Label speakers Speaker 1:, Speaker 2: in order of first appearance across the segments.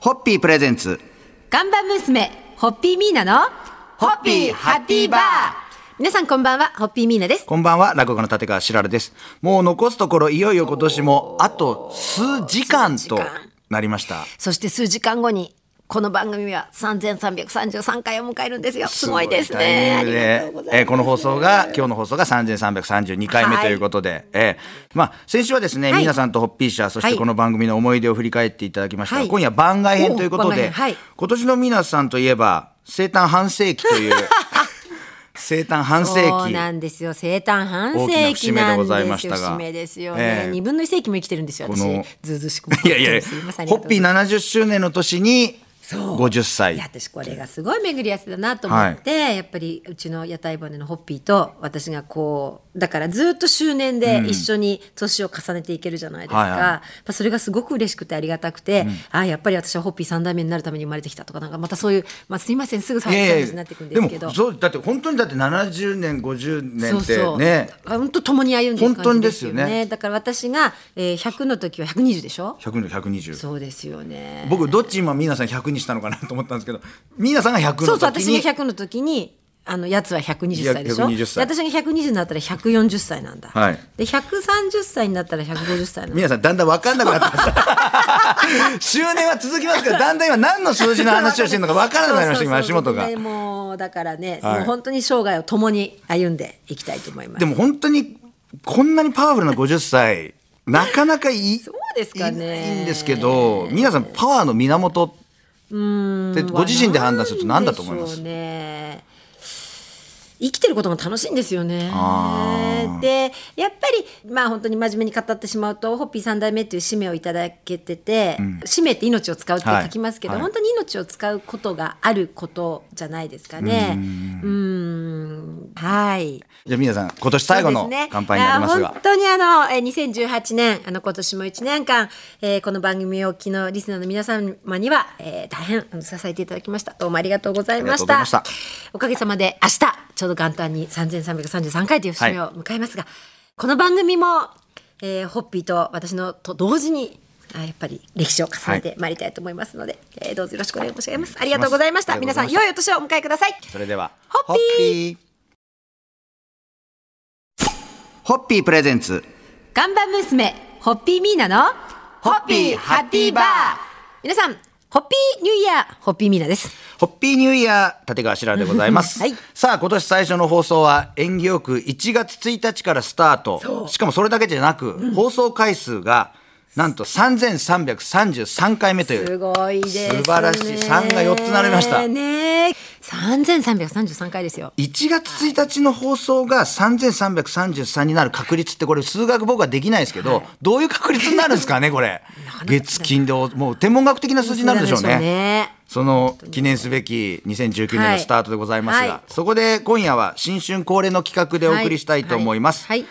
Speaker 1: ホッピープレゼンツ。
Speaker 2: 看板娘、ホッピーミーナの、
Speaker 1: ホッピーハッピーバー
Speaker 2: 皆さんこんばんは、ホッピーミーナです。
Speaker 1: こんばんは、落語の立川しらるです。もう残すところ、いよいよ今年もあと数時間
Speaker 2: 数時間
Speaker 1: となりました。
Speaker 2: そして数時間後に、この番組は3333回を迎えるんですよ。すごいです
Speaker 1: ごいタイ
Speaker 2: ね。
Speaker 1: ミ
Speaker 2: あ
Speaker 1: ング
Speaker 2: り
Speaker 1: で
Speaker 2: がとうございます。
Speaker 1: えーこの放送が、今日の放送が3332回目
Speaker 2: はい
Speaker 1: ということで、えーまあ、先週はですね、
Speaker 2: はい
Speaker 1: 皆さんとホッピー社、そし
Speaker 2: は
Speaker 1: て
Speaker 2: い
Speaker 1: この番組の思い出を振り返っていただきましたが、
Speaker 2: はい
Speaker 1: 今夜番外編ということ
Speaker 2: お番
Speaker 1: で、
Speaker 2: 外編はい
Speaker 1: 今年の皆さんといえば、生誕半世紀と いう、生誕半世
Speaker 2: そう
Speaker 1: 紀。
Speaker 2: なんですよ。生誕半
Speaker 1: 大きな
Speaker 2: 世紀
Speaker 1: 節目で
Speaker 2: な
Speaker 1: ご
Speaker 2: ん
Speaker 1: ざいま
Speaker 2: です
Speaker 1: し
Speaker 2: よ。
Speaker 1: たが
Speaker 2: 節目ですよね。
Speaker 1: ええ
Speaker 2: 二分の一世紀も生きてるんですよ。私
Speaker 1: この、
Speaker 2: ずうずうしくも。
Speaker 1: いやいやいや
Speaker 2: すませんあり
Speaker 1: ホ
Speaker 2: が
Speaker 1: ッ
Speaker 2: とうござ
Speaker 1: ピ
Speaker 2: い
Speaker 1: ー
Speaker 2: ます
Speaker 1: 70周年の年に
Speaker 2: そう
Speaker 1: 50
Speaker 2: いや
Speaker 1: 歳。
Speaker 2: 私これがすごい巡り合わせだなと思って、やっぱりうちの屋台骨のホッピーと私がこうだからずっと周年で一緒に年を重ねていけるじゃないですか、
Speaker 1: はいはい
Speaker 2: やっぱそれがすごく嬉しくてありがたくて、ああやっぱり私はホッピー3代目になるために生まれてきたとかなんかまたそういう、まあ、すいませんすぐ最
Speaker 1: い
Speaker 2: 初
Speaker 1: や
Speaker 2: の
Speaker 1: いや
Speaker 2: 話になってくるんですけど。
Speaker 1: もそうだって本当にだって70年50年
Speaker 2: そう
Speaker 1: っ
Speaker 2: そ
Speaker 1: て
Speaker 2: う
Speaker 1: ね
Speaker 2: 本当共に歩んでる
Speaker 1: 本当に
Speaker 2: 感じ
Speaker 1: で
Speaker 2: ですす
Speaker 1: よ
Speaker 2: よ
Speaker 1: ね
Speaker 2: ねだから私が、えー100の時は120でしょ
Speaker 1: 100の120
Speaker 2: そうですよね
Speaker 1: 僕どっち今皆さん100にしたのかなと思ったんですけど皆さんが100
Speaker 2: そ
Speaker 1: の
Speaker 2: うそう
Speaker 1: 時
Speaker 2: 私
Speaker 1: に
Speaker 2: が100の時にあのやつは120歳でしょ
Speaker 1: 120歳
Speaker 2: で私が120になったら140歳なんだ、
Speaker 1: はい
Speaker 2: で130歳になったら150歳なんだ
Speaker 1: 皆さんだんだん分かんなくなってま した周年は続きます けどだんだん今何の数字の話をしてるのか分からなくなりました今足元が
Speaker 2: そうそうそうでもうだからね、
Speaker 1: はい
Speaker 2: もう本当に生涯を共に歩んでいきたいと思います
Speaker 1: でも本当にこんなにパワフルな50歳なかなかいい
Speaker 2: うですかね
Speaker 1: いいいんですけど皆さんパワーの源ってご自身で判断すると何だと思いま
Speaker 2: な
Speaker 1: す
Speaker 2: んでしょうね生きてることも楽しいんですよね
Speaker 1: あ。
Speaker 2: でやっぱりまあ本当に真面目に語ってしまうとホッピー三代目という使命をいただけてて、使命って命を使うって書きますけど、
Speaker 1: はい
Speaker 2: 本当に命を使うことがあることじゃないですかね。うーんはい
Speaker 1: じゃあ皆さん今年最後
Speaker 2: そ
Speaker 1: の
Speaker 2: うですね
Speaker 1: 乾杯になります
Speaker 2: いや
Speaker 1: が
Speaker 2: 本当にあの、えー2018年、あの、今年も1年間、えーこの番組を昨日、リスナーの皆様には、えー大変あの支えていただきました。どうもありがとうございまし
Speaker 1: あ
Speaker 2: た。
Speaker 1: りがとうございま
Speaker 2: おかげさまで、明日、ちょうど元旦に3333回という節目を迎えますが、この番組も、えーホッピーと私のと同時に、あやっぱり歴史を重ねてまいりたいと思いますので、えーどうぞよろしくお願い申し上げます。ありがとうございまし
Speaker 1: あ
Speaker 2: た。
Speaker 1: りが
Speaker 2: 皆
Speaker 1: とう
Speaker 2: さ
Speaker 1: ございま
Speaker 2: ん、
Speaker 1: した
Speaker 2: 良いお年をお迎えください。
Speaker 1: それでは
Speaker 2: ホッピー
Speaker 1: ホッピープレゼンツ
Speaker 2: 看板娘、ホッピーミーナの、
Speaker 1: ホッピーハッピーバー
Speaker 2: 皆さん、ホッピーニューイヤー、ホッピーミーナです。
Speaker 1: ホッピーニューイヤー立川しららでございま す、
Speaker 2: はい
Speaker 1: さあ今年最初の放送は演技よく1月1日からスタートしかもそれだけじゃなく、放送回数がなんと3333回目という
Speaker 2: すごいです、ね。
Speaker 1: 素晴らしい3が4つ並びました
Speaker 2: ねえ3333回ですよ。
Speaker 1: 1月1日の放送が3333になる確率ってこれ数学僕はできないですけど、どういう確率になるんですかねこれ月金でおもう天文学的な数字になるでしょうね
Speaker 2: そうね
Speaker 1: その記念すべき2019年
Speaker 2: は
Speaker 1: の
Speaker 2: い
Speaker 1: スタートでございますが、
Speaker 2: はい
Speaker 1: そこで今夜は新春恒例の企画でお送りしたいと思います、
Speaker 2: はい。はい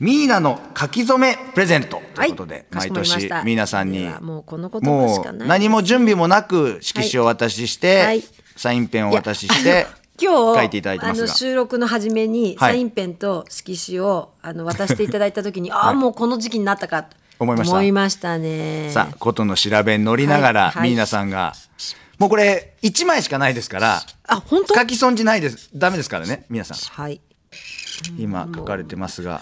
Speaker 1: ミーナの書き初めプレゼントということで、
Speaker 2: はい
Speaker 1: 毎年皆さんに
Speaker 2: かしこまりましたではもうこの言葉し
Speaker 1: も
Speaker 2: か
Speaker 1: う
Speaker 2: ない
Speaker 1: 何も準備もなく色紙をお渡しして、
Speaker 2: はいはい
Speaker 1: サインペンをお渡しして
Speaker 2: いやあの今日
Speaker 1: 書いていただいてます
Speaker 2: あ
Speaker 1: が
Speaker 2: の収録の初めに
Speaker 1: はい
Speaker 2: サインペンと色紙を、あの渡していただいた ときに、ああもうこの時期になったかと
Speaker 1: 思いました
Speaker 2: 思いましたね。
Speaker 1: さあ、ことの調べに乗りながら、
Speaker 2: はいはい
Speaker 1: ミーナさんが、もうこれ、1枚しかないですから、
Speaker 2: あ本当
Speaker 1: 書き損じないです。ダメですからね、皆さん。
Speaker 2: はい。
Speaker 1: 今、書かれてますが、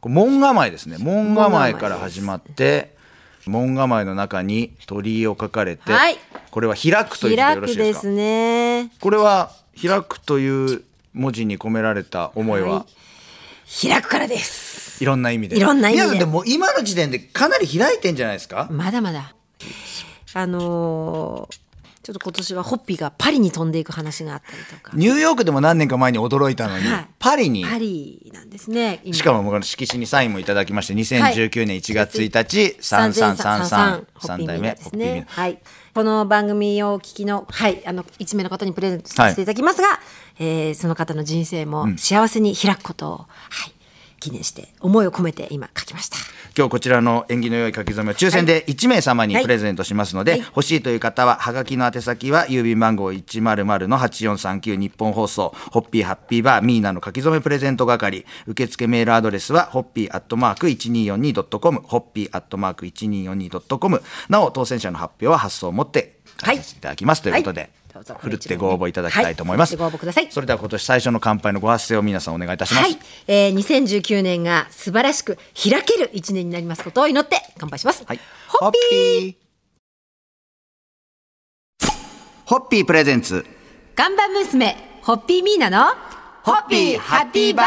Speaker 1: これ門構えですね。門構えから始まって、門構えの中に鳥居を書かれて、
Speaker 2: はい
Speaker 1: これは開くという字で
Speaker 2: 開
Speaker 1: よろし
Speaker 2: く
Speaker 1: いで
Speaker 2: です
Speaker 1: か
Speaker 2: すね。
Speaker 1: これは、開くという文字に込められた思いは、
Speaker 2: は開くからです。
Speaker 1: い、ろんな意味で。
Speaker 2: いろんな意味で
Speaker 1: 皆さんでもう今の時点でかなり開いてんじゃないですか、
Speaker 2: まだまだ。あのーちょっと今年はホッピーがパリに飛んでいく話があったりとか。
Speaker 1: ニューヨークでも何年か前に驚いたのに、
Speaker 2: はい
Speaker 1: パリに
Speaker 2: パリなんですね。今
Speaker 1: しかも僕の色紙にサインもいただきまして、2019年1月1日、三三三三三
Speaker 2: 3333
Speaker 1: 代目、
Speaker 2: ホ
Speaker 1: ホッピー
Speaker 2: ッピーミ
Speaker 1: ミ
Speaker 2: ーナ
Speaker 1: ーナ
Speaker 2: ですねはいこの番組をお聞きのはいあの一名の方にプレゼントさせていただきますが、えーその方の人生も幸せに開くことを、はい記念して思いを込めて今書きました。
Speaker 1: 今日こちらの縁起の良い書き初めを抽選で1名様に
Speaker 2: はい
Speaker 1: プレゼントしますので、
Speaker 2: はい
Speaker 1: 欲しいという方ははがきの宛先は郵便番号100-8439日本放送ホッピーハッピーバーミーナの書き初めプレゼント係受付メールアドレスはホッピーアットマーク 1242.com ホッピーアットマーク 1242.com なお当選者の発表は発送をもって
Speaker 2: は
Speaker 1: 返
Speaker 2: い
Speaker 1: させていただきます、ということで、
Speaker 2: はいどうぞ
Speaker 1: ふるってご応募いただきたいと思います、
Speaker 2: はいふるってご応募ください
Speaker 1: それでは今年最初の乾杯のご発声を皆さんお願いいたします、
Speaker 2: はい、えー、2019年が素晴らしく開ける一年になりますことを祈って乾杯します。
Speaker 1: はい、
Speaker 2: ホッピー
Speaker 1: ーホッピープレゼンツ
Speaker 2: 看板娘ホッピーミーナの
Speaker 1: ホッピーハッピーバー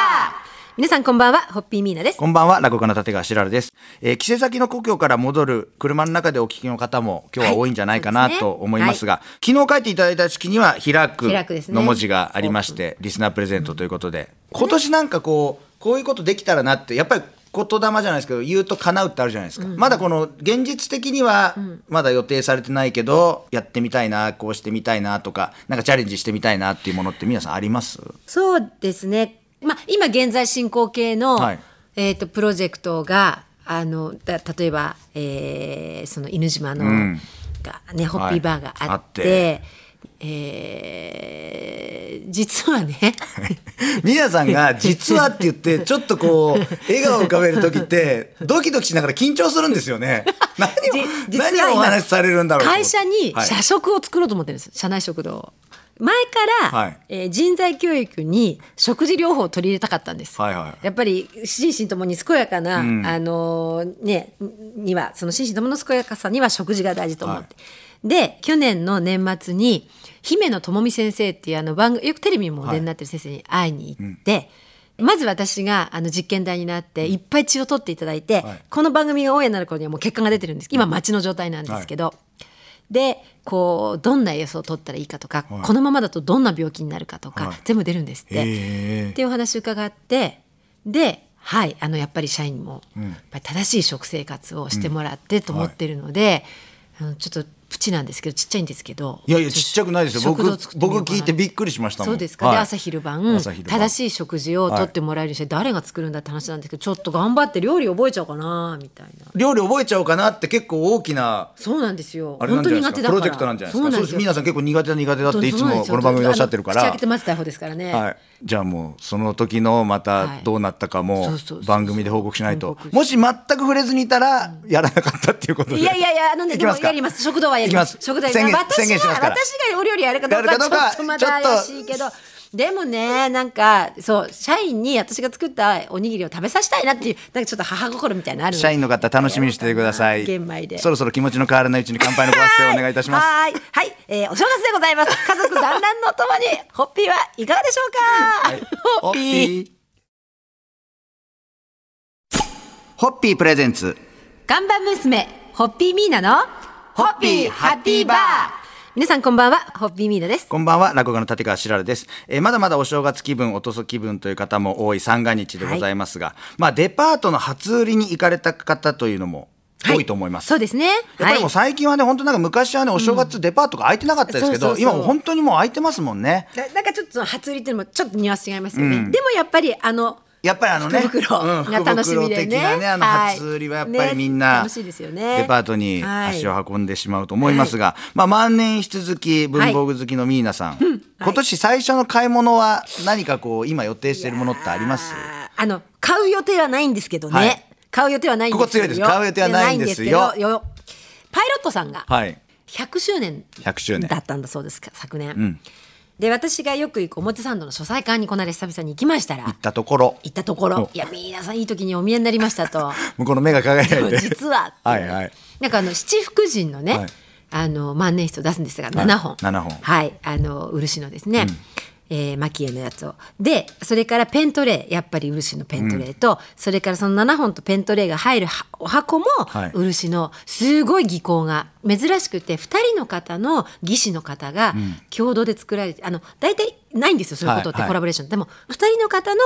Speaker 2: 皆さんこんばんはホッピーミーナです。
Speaker 1: こんばんは落語家の立川しらるです、えー、帰省先の故郷から戻る車の中でお聞きの方も今日は多いんじゃないかな
Speaker 2: はい
Speaker 1: と思いますが、昨日書いていただいた式には「開く
Speaker 2: 開くです」ね
Speaker 1: の文字がありまして、リスナープレゼントということで、今年なんかこうこういうことできたらなってやっぱり言霊じゃないですけど言うと叶うってあるじゃないですか、まだこの現実的にはまだ予定されてないけど、やってみたいなこうしてみたいなとかなんかチャレンジしてみたいなっていうものって皆さんあります
Speaker 2: そうですね。まあ今現在進行形の、
Speaker 1: はい
Speaker 2: えっ、とプロジェクトがあのだ例えば、えー、その犬島の、
Speaker 1: ん
Speaker 2: がねホッピーバーがあって。
Speaker 1: はいあ
Speaker 2: えー 実はね
Speaker 1: ニナさんが「実は」って言 ってちょっとこう笑顔を浮かべる時ってドキドキしながら緊張するんですよね何を
Speaker 2: じ実は今
Speaker 1: 何をお話しされるんだろうと思って
Speaker 2: 会社に
Speaker 1: はい
Speaker 2: 社食を作ろうと思ってるんです社内食堂を前から、
Speaker 1: はい
Speaker 2: えー人材教育に食事療法を取り入れたかったんです、
Speaker 1: はいはい
Speaker 2: やっぱり心身ともに健やかな、あのーねにはその心身ともの健やかさには食事が大事と思って、で去年の年末に姫野智美先生っていうあの番組よくテレビにもお出になってる先生に会いに行って、まず私があの実験台になっていっぱい血を取っていただいて、
Speaker 1: はい
Speaker 2: この番組がオンエアになる頃にはもう血管が出てるんです今待ちの状態なんですけど、でこうどんな予想を取ったらいいかとか、
Speaker 1: はい
Speaker 2: このままだとどんな病気になるかとか、
Speaker 1: はい
Speaker 2: 全部出るんですって。
Speaker 1: へ
Speaker 2: っ
Speaker 1: え
Speaker 2: ていうお話伺ってではいあのやっぱり社員にも、やっぱり正しい食生活をしてもらってと思ってるので、あのちょっとプチなんですけどちっちゃいんですけど
Speaker 1: いやいやちっちゃくないですよ僕
Speaker 2: 食堂作ってみようかな
Speaker 1: 僕聞いてびっくりしましたもん
Speaker 2: そうですか、
Speaker 1: はい
Speaker 2: で朝昼晩
Speaker 1: 朝昼晩
Speaker 2: 正しい食事をとってもらえるし、誰が作るんだって話なんですけどちょっと頑張って料理覚えちゃおうかなみたいな
Speaker 1: 料理覚えちゃおうかなって結構大きな
Speaker 2: そうなんですよ
Speaker 1: あれなん
Speaker 2: 本
Speaker 1: じ
Speaker 2: 当
Speaker 1: ゃないですか
Speaker 2: に苦手だ
Speaker 1: プ
Speaker 2: から
Speaker 1: ロジェクトなんじゃないですかそう
Speaker 2: そうな
Speaker 1: んで
Speaker 2: ですすよ
Speaker 1: 皆さん結構苦手だ苦手だっていつもこの番組でおっしゃってるか
Speaker 2: あの
Speaker 1: ら
Speaker 2: 口開けて待つ台本ですからね、
Speaker 1: はい、じゃあもうその時のま
Speaker 2: は
Speaker 1: た
Speaker 2: い
Speaker 1: どうなったかも
Speaker 2: そうそうそう
Speaker 1: 番組で報告しないと
Speaker 2: 報告して
Speaker 1: もし全く触れずにいたらやらなかったっていうことで
Speaker 2: いやいやいや、あのね、
Speaker 1: い
Speaker 2: で
Speaker 1: き
Speaker 2: も
Speaker 1: ますか
Speaker 2: やります。食堂はやります。
Speaker 1: いきます
Speaker 2: 食堂やり
Speaker 1: 宣言
Speaker 2: ます。
Speaker 1: 宣言
Speaker 2: 私
Speaker 1: しま
Speaker 2: が、
Speaker 1: すから
Speaker 2: 私がお料理やるかどうか
Speaker 1: やるかどうか
Speaker 2: はちょっとまだ怪しいけど。でもね、なんか、そう、社員に私が作ったおにぎりを食べさせたいなっていう、なんかちょっと母心みたいなのあるの
Speaker 1: 社員の方楽しみにしててください
Speaker 2: 玄米で
Speaker 1: そろそろ気持ちの変わらないうちに乾杯のご発声をお願いいたします
Speaker 2: はーい。はい。えーお正月でございます。家族団らんのともに、ホッピーはいかがでしょうか、ホッピー。
Speaker 1: ホッピープレゼンツ
Speaker 2: 看板娘ホッピーミーナの
Speaker 1: ホッピーハッピーバー
Speaker 2: 皆さんこんばんはホッピーミーナです
Speaker 1: こんばんは、落語家の立川しらるです。えーまだまだお正月気分、おとそ気分という方も多い三が日でございますが、まあデパートの初売りに行かれた方というのも多いと思います。
Speaker 2: そうですね
Speaker 1: やっぱりもう最近はね、本当なんか昔はね、お正月デパートが開いてなかったですけど、
Speaker 2: うんそうそうそう
Speaker 1: 今もう本当にもう開いてますもんね。
Speaker 2: ななんかちょっとその初売りっていうのもちょっとニュアンス違いますよね、でもやっぱりあの
Speaker 1: やっぱりあのね、
Speaker 2: 福袋
Speaker 1: うん
Speaker 2: が楽しみ
Speaker 1: 福袋
Speaker 2: でね
Speaker 1: 的なね、あの
Speaker 2: はい
Speaker 1: 初売りはやっぱりみんな、
Speaker 2: ね楽しいですよね
Speaker 1: デパートに足を運んでしまうと思いますが、まあ万年引き続き文房具好きのミーナさん、今年最初の買い物は何かこう今予定しているものってあります？
Speaker 2: あーあの買う予定はないんですけどね、
Speaker 1: はい
Speaker 2: 買う予定はないんですよ
Speaker 1: ここ強いです買う予定はないんですよ
Speaker 2: ないんですけどよパイロットさんが
Speaker 1: はい。
Speaker 2: 100周年
Speaker 1: 100周年
Speaker 2: だったんだそうですか昨年、で私がよく行く表参道の書斎館にこの間久々に行きましたら
Speaker 1: 行ったところ
Speaker 2: 行ったところいや皆さんいい時にお見えになりましたと
Speaker 1: 向こうの目が輝い
Speaker 2: でも
Speaker 1: て。
Speaker 2: 実は
Speaker 1: はいはい。
Speaker 2: なんかあの七福神のね、
Speaker 1: はい
Speaker 2: あの万年筆を出すんですが7本
Speaker 1: 7本
Speaker 2: はいあの漆のですね、えー蒔絵のやつをでそれからペントレーやっぱり漆のペントレーと、それからその7本とペントレーが入るはお箱も
Speaker 1: はい
Speaker 2: 漆のすごい技巧が珍しくて2人の方の技師の方が共同で作られて、あの大体ないんですよそういうことっ
Speaker 1: はい
Speaker 2: て、
Speaker 1: はい
Speaker 2: コラボレーションでも2人の方の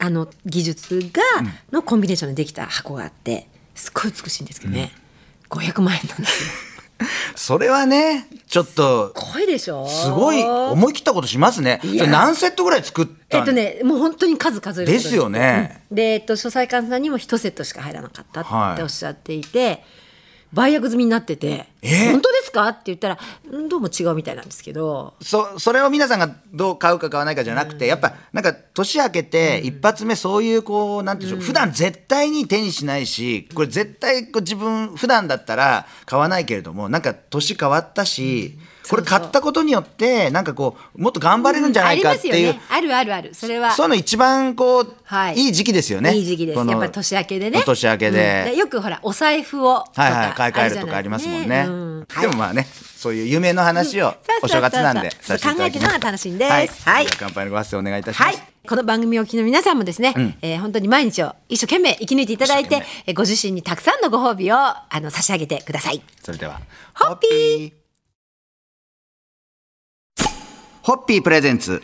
Speaker 2: あの技術が、のコンビネーションでできた箱があってすっごい美しいんですけどね、500万円なんですよ。
Speaker 1: それはね、ちょっと
Speaker 2: ごいでし ょ
Speaker 1: すごい思い切ったことしますね。それ何セットぐらい作った
Speaker 2: えっ
Speaker 1: ん
Speaker 2: とね、もう本当に数数えることに
Speaker 1: ですよね。
Speaker 2: うんで、えっと、書斎館さんにも一セットしか入らなかった
Speaker 1: は
Speaker 2: っ
Speaker 1: い
Speaker 2: ておっしゃっていて、売約済みになってて、
Speaker 1: えー
Speaker 2: 本当ですかって言ったら、うんどうも違うみたいなんですけど、
Speaker 1: そそれを皆さんがどう買うか買わないかじゃなくて、やっぱなんか年明けて一発目そういうこうなんていうんでしょう、普段絶対に手にしないしこれ絶対こう自分普段だったら買わないけれどもなんか年変わったし、これ買ったことによってなんかこうもっと頑張れるんじゃな
Speaker 2: あ
Speaker 1: い
Speaker 2: り
Speaker 1: か
Speaker 2: ま
Speaker 1: って
Speaker 2: す
Speaker 1: いう
Speaker 2: よ、ね。あるあるある。それは。
Speaker 1: そういうの一番こう、
Speaker 2: はい
Speaker 1: い、い時期ですよね。
Speaker 2: いい時期です。
Speaker 1: この
Speaker 2: やっぱり年明けでね。
Speaker 1: 年明けで
Speaker 2: うんよくほら、お財布をとか。
Speaker 1: はいはい、買い替えるとかありますもんね。
Speaker 2: うん
Speaker 1: でもまあね、そういう夢の話を
Speaker 2: そうそうそうそう
Speaker 1: お正月なんでさせていただきま
Speaker 2: 考えてるのが楽しいんです
Speaker 1: はい。
Speaker 2: はい
Speaker 1: では乾杯のご発声お願いいたしま
Speaker 2: はい
Speaker 1: す。。
Speaker 2: この番組をお聞きの皆さんもですね、えー本当に毎日を一生懸命生き抜いていただいて
Speaker 1: 一生、
Speaker 2: えーご自身にたくさんのご褒美をあの差し上げてください。
Speaker 1: それでは、
Speaker 2: ホッピ
Speaker 1: ーホッピープレゼンツ。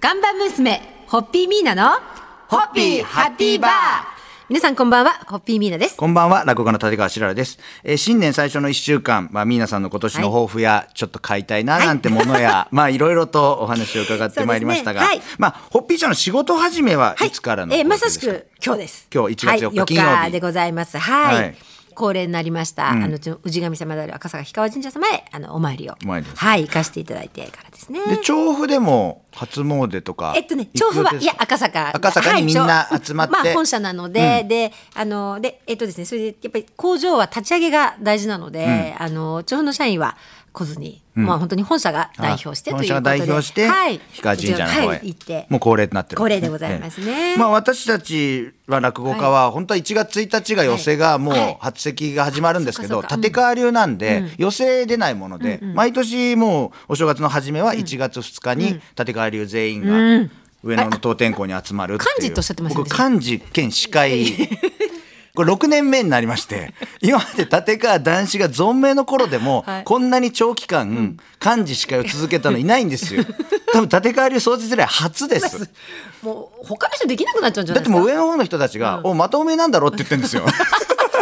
Speaker 2: 看板娘、ホッピーミーナの、
Speaker 1: ホッピーハッピーバー
Speaker 2: 皆さんこんばんは、ホッピーミーナです。
Speaker 1: こんばんは、落語家の立川しららです。えー新年最初の1週間、まあ、ミーナさんの今年の抱負や、ちょっと買いたいな、なんてもの や、まあ、いろいろとお話を伺ってまいりましたが、
Speaker 2: そうですね
Speaker 1: まあ、ホッピーちゃんの仕事始めは
Speaker 2: はい
Speaker 1: いつからの、
Speaker 2: えーまさし。く今日です。
Speaker 1: 今日1月4日
Speaker 2: はい、
Speaker 1: 金曜日
Speaker 2: 4日でございます。はい。
Speaker 1: はい
Speaker 2: 恒例になりました、あのうちの氏神様である赤坂氷川神社様へあのお参りを
Speaker 1: お参りです
Speaker 2: はい行かせていただいてからですね。
Speaker 1: で、調布でも初詣とか。
Speaker 2: えっとね、調布は、いや、赤坂。
Speaker 1: 赤坂にみんな
Speaker 2: はい
Speaker 1: 集まって
Speaker 2: まあ、本社なので、で、あの、で、えっとですね、それで、やっぱり工場は立ち上げが大事なので、あの、調布の社員は。来ずに、まあ、本当に本社が代表して
Speaker 1: あ
Speaker 2: とい
Speaker 1: 本社
Speaker 2: うことで。
Speaker 1: が代表して、
Speaker 2: はい。
Speaker 1: 氷川神社の方へ、
Speaker 2: はい行って。
Speaker 1: もう恒例となってる
Speaker 2: 恒例でございますね
Speaker 1: ええまあ私たちは落語家は本当は1月1日が寄席がもう
Speaker 2: はい
Speaker 1: 初席が始まるんですけ
Speaker 2: あ
Speaker 1: ど
Speaker 2: そっかそっか
Speaker 1: 立川流なんで寄席出ないもので毎年もうお正月の初めは1月2日に立川流全員が上野の当店校に集まるっていう
Speaker 2: あ幹事とおっしゃってましたね
Speaker 1: 僕幹事兼司会これ6年目になりまして今まで立川談志が存命の頃でも、
Speaker 2: はい
Speaker 1: こんなに長期間幹事司会を続けたのいないん ですよ多分立川流創設以来初です
Speaker 2: もう、他の人できなくなっちゃうんじゃ
Speaker 1: だ
Speaker 2: な
Speaker 1: って
Speaker 2: いですか。
Speaker 1: もう上の方の人たちが「おまとめなんだろ?」って言ってるんです よ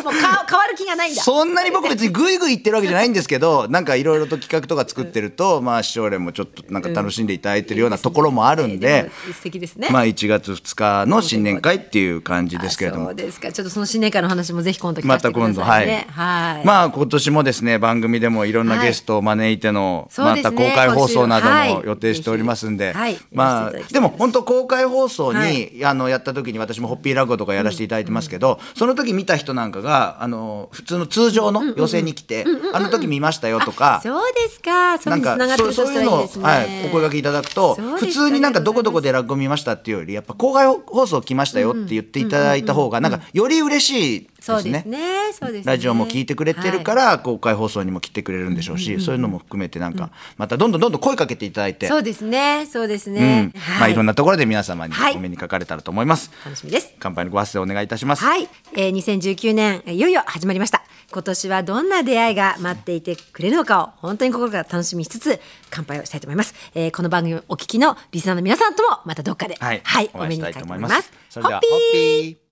Speaker 2: もうか変わる気がないんだ。
Speaker 1: そんなに僕別にグイグイ言ってるわけじゃないんですけどなんかいろいろと企画とか作ってるとまあ視聴例もちょっとなんか楽しんでいただいてるようなところもあるんで。
Speaker 2: も素敵ですね。
Speaker 1: まあ1月2日の新年会っていう感じですけれども
Speaker 2: あそうですか。ちょっとその新年会の話もぜひ今度聞か
Speaker 1: ま
Speaker 2: せて
Speaker 1: た
Speaker 2: くだ
Speaker 1: 今度
Speaker 2: さ
Speaker 1: はいい、
Speaker 2: ね。はい。
Speaker 1: まあ今年もですね番組でもいろんなゲストを招いての、
Speaker 2: はいそう
Speaker 1: ま
Speaker 2: です
Speaker 1: た
Speaker 2: ね
Speaker 1: 公開放送など
Speaker 2: はい
Speaker 1: も予定しておりますんで、
Speaker 2: はいぜひ
Speaker 1: ま
Speaker 2: や
Speaker 1: あ
Speaker 2: らせていただきたいです
Speaker 1: でも本当公開放送に、
Speaker 2: はい
Speaker 1: あのやった時に私もホッピーラグとかやらせていただいてますけど、その時見た人なんかがあの普通の通常の予選に来て、あの時見ましたよとか。
Speaker 2: そうですか。そ
Speaker 1: な
Speaker 2: う
Speaker 1: い
Speaker 2: うんのつなが
Speaker 1: か
Speaker 2: って
Speaker 1: そうそ
Speaker 2: ると
Speaker 1: う
Speaker 2: し
Speaker 1: い
Speaker 2: た
Speaker 1: うの
Speaker 2: らいい
Speaker 1: を、
Speaker 2: ですね。
Speaker 1: はい、お声掛けいただくと
Speaker 2: そうで
Speaker 1: 普
Speaker 2: すか
Speaker 1: 通になんかどこどこで落語見ましたっていうよりやっぱ公開放送来ましたよって言っていただいた方がなんかより嬉しいです
Speaker 2: そうで
Speaker 1: ね
Speaker 2: す。ね。そうですね。
Speaker 1: ラジオも聞いてくれてるから、公開放送にも来てくれるんでしょうし、そういうのも含めてなんか、またどんどんどんどん声かけていただいて、
Speaker 2: そうですね。そうです
Speaker 1: うん
Speaker 2: ね。
Speaker 1: まあ
Speaker 2: はい
Speaker 1: ろん
Speaker 2: い。
Speaker 1: なところで皆様に
Speaker 2: はい
Speaker 1: お目にかかれたらと思います。
Speaker 2: 楽しみです。
Speaker 1: 乾杯のご発声お願いいたします。
Speaker 2: はい。えー、2019年、いよいよ始まりました。今年はどんな出会いが待っていてくれるのかを本当に心から楽しみにしつつ乾杯をしたいと思います。えー、この番組をお聞きのリスナーの皆さんともまたどっかで、
Speaker 1: はい、
Speaker 2: お
Speaker 1: お会
Speaker 2: 目
Speaker 1: い
Speaker 2: に
Speaker 1: したいと
Speaker 2: かかりたいと
Speaker 1: 思
Speaker 2: 思
Speaker 1: い
Speaker 2: い
Speaker 1: ま
Speaker 2: ますす。。
Speaker 1: それではホ
Speaker 2: ホッピー
Speaker 1: ッピー。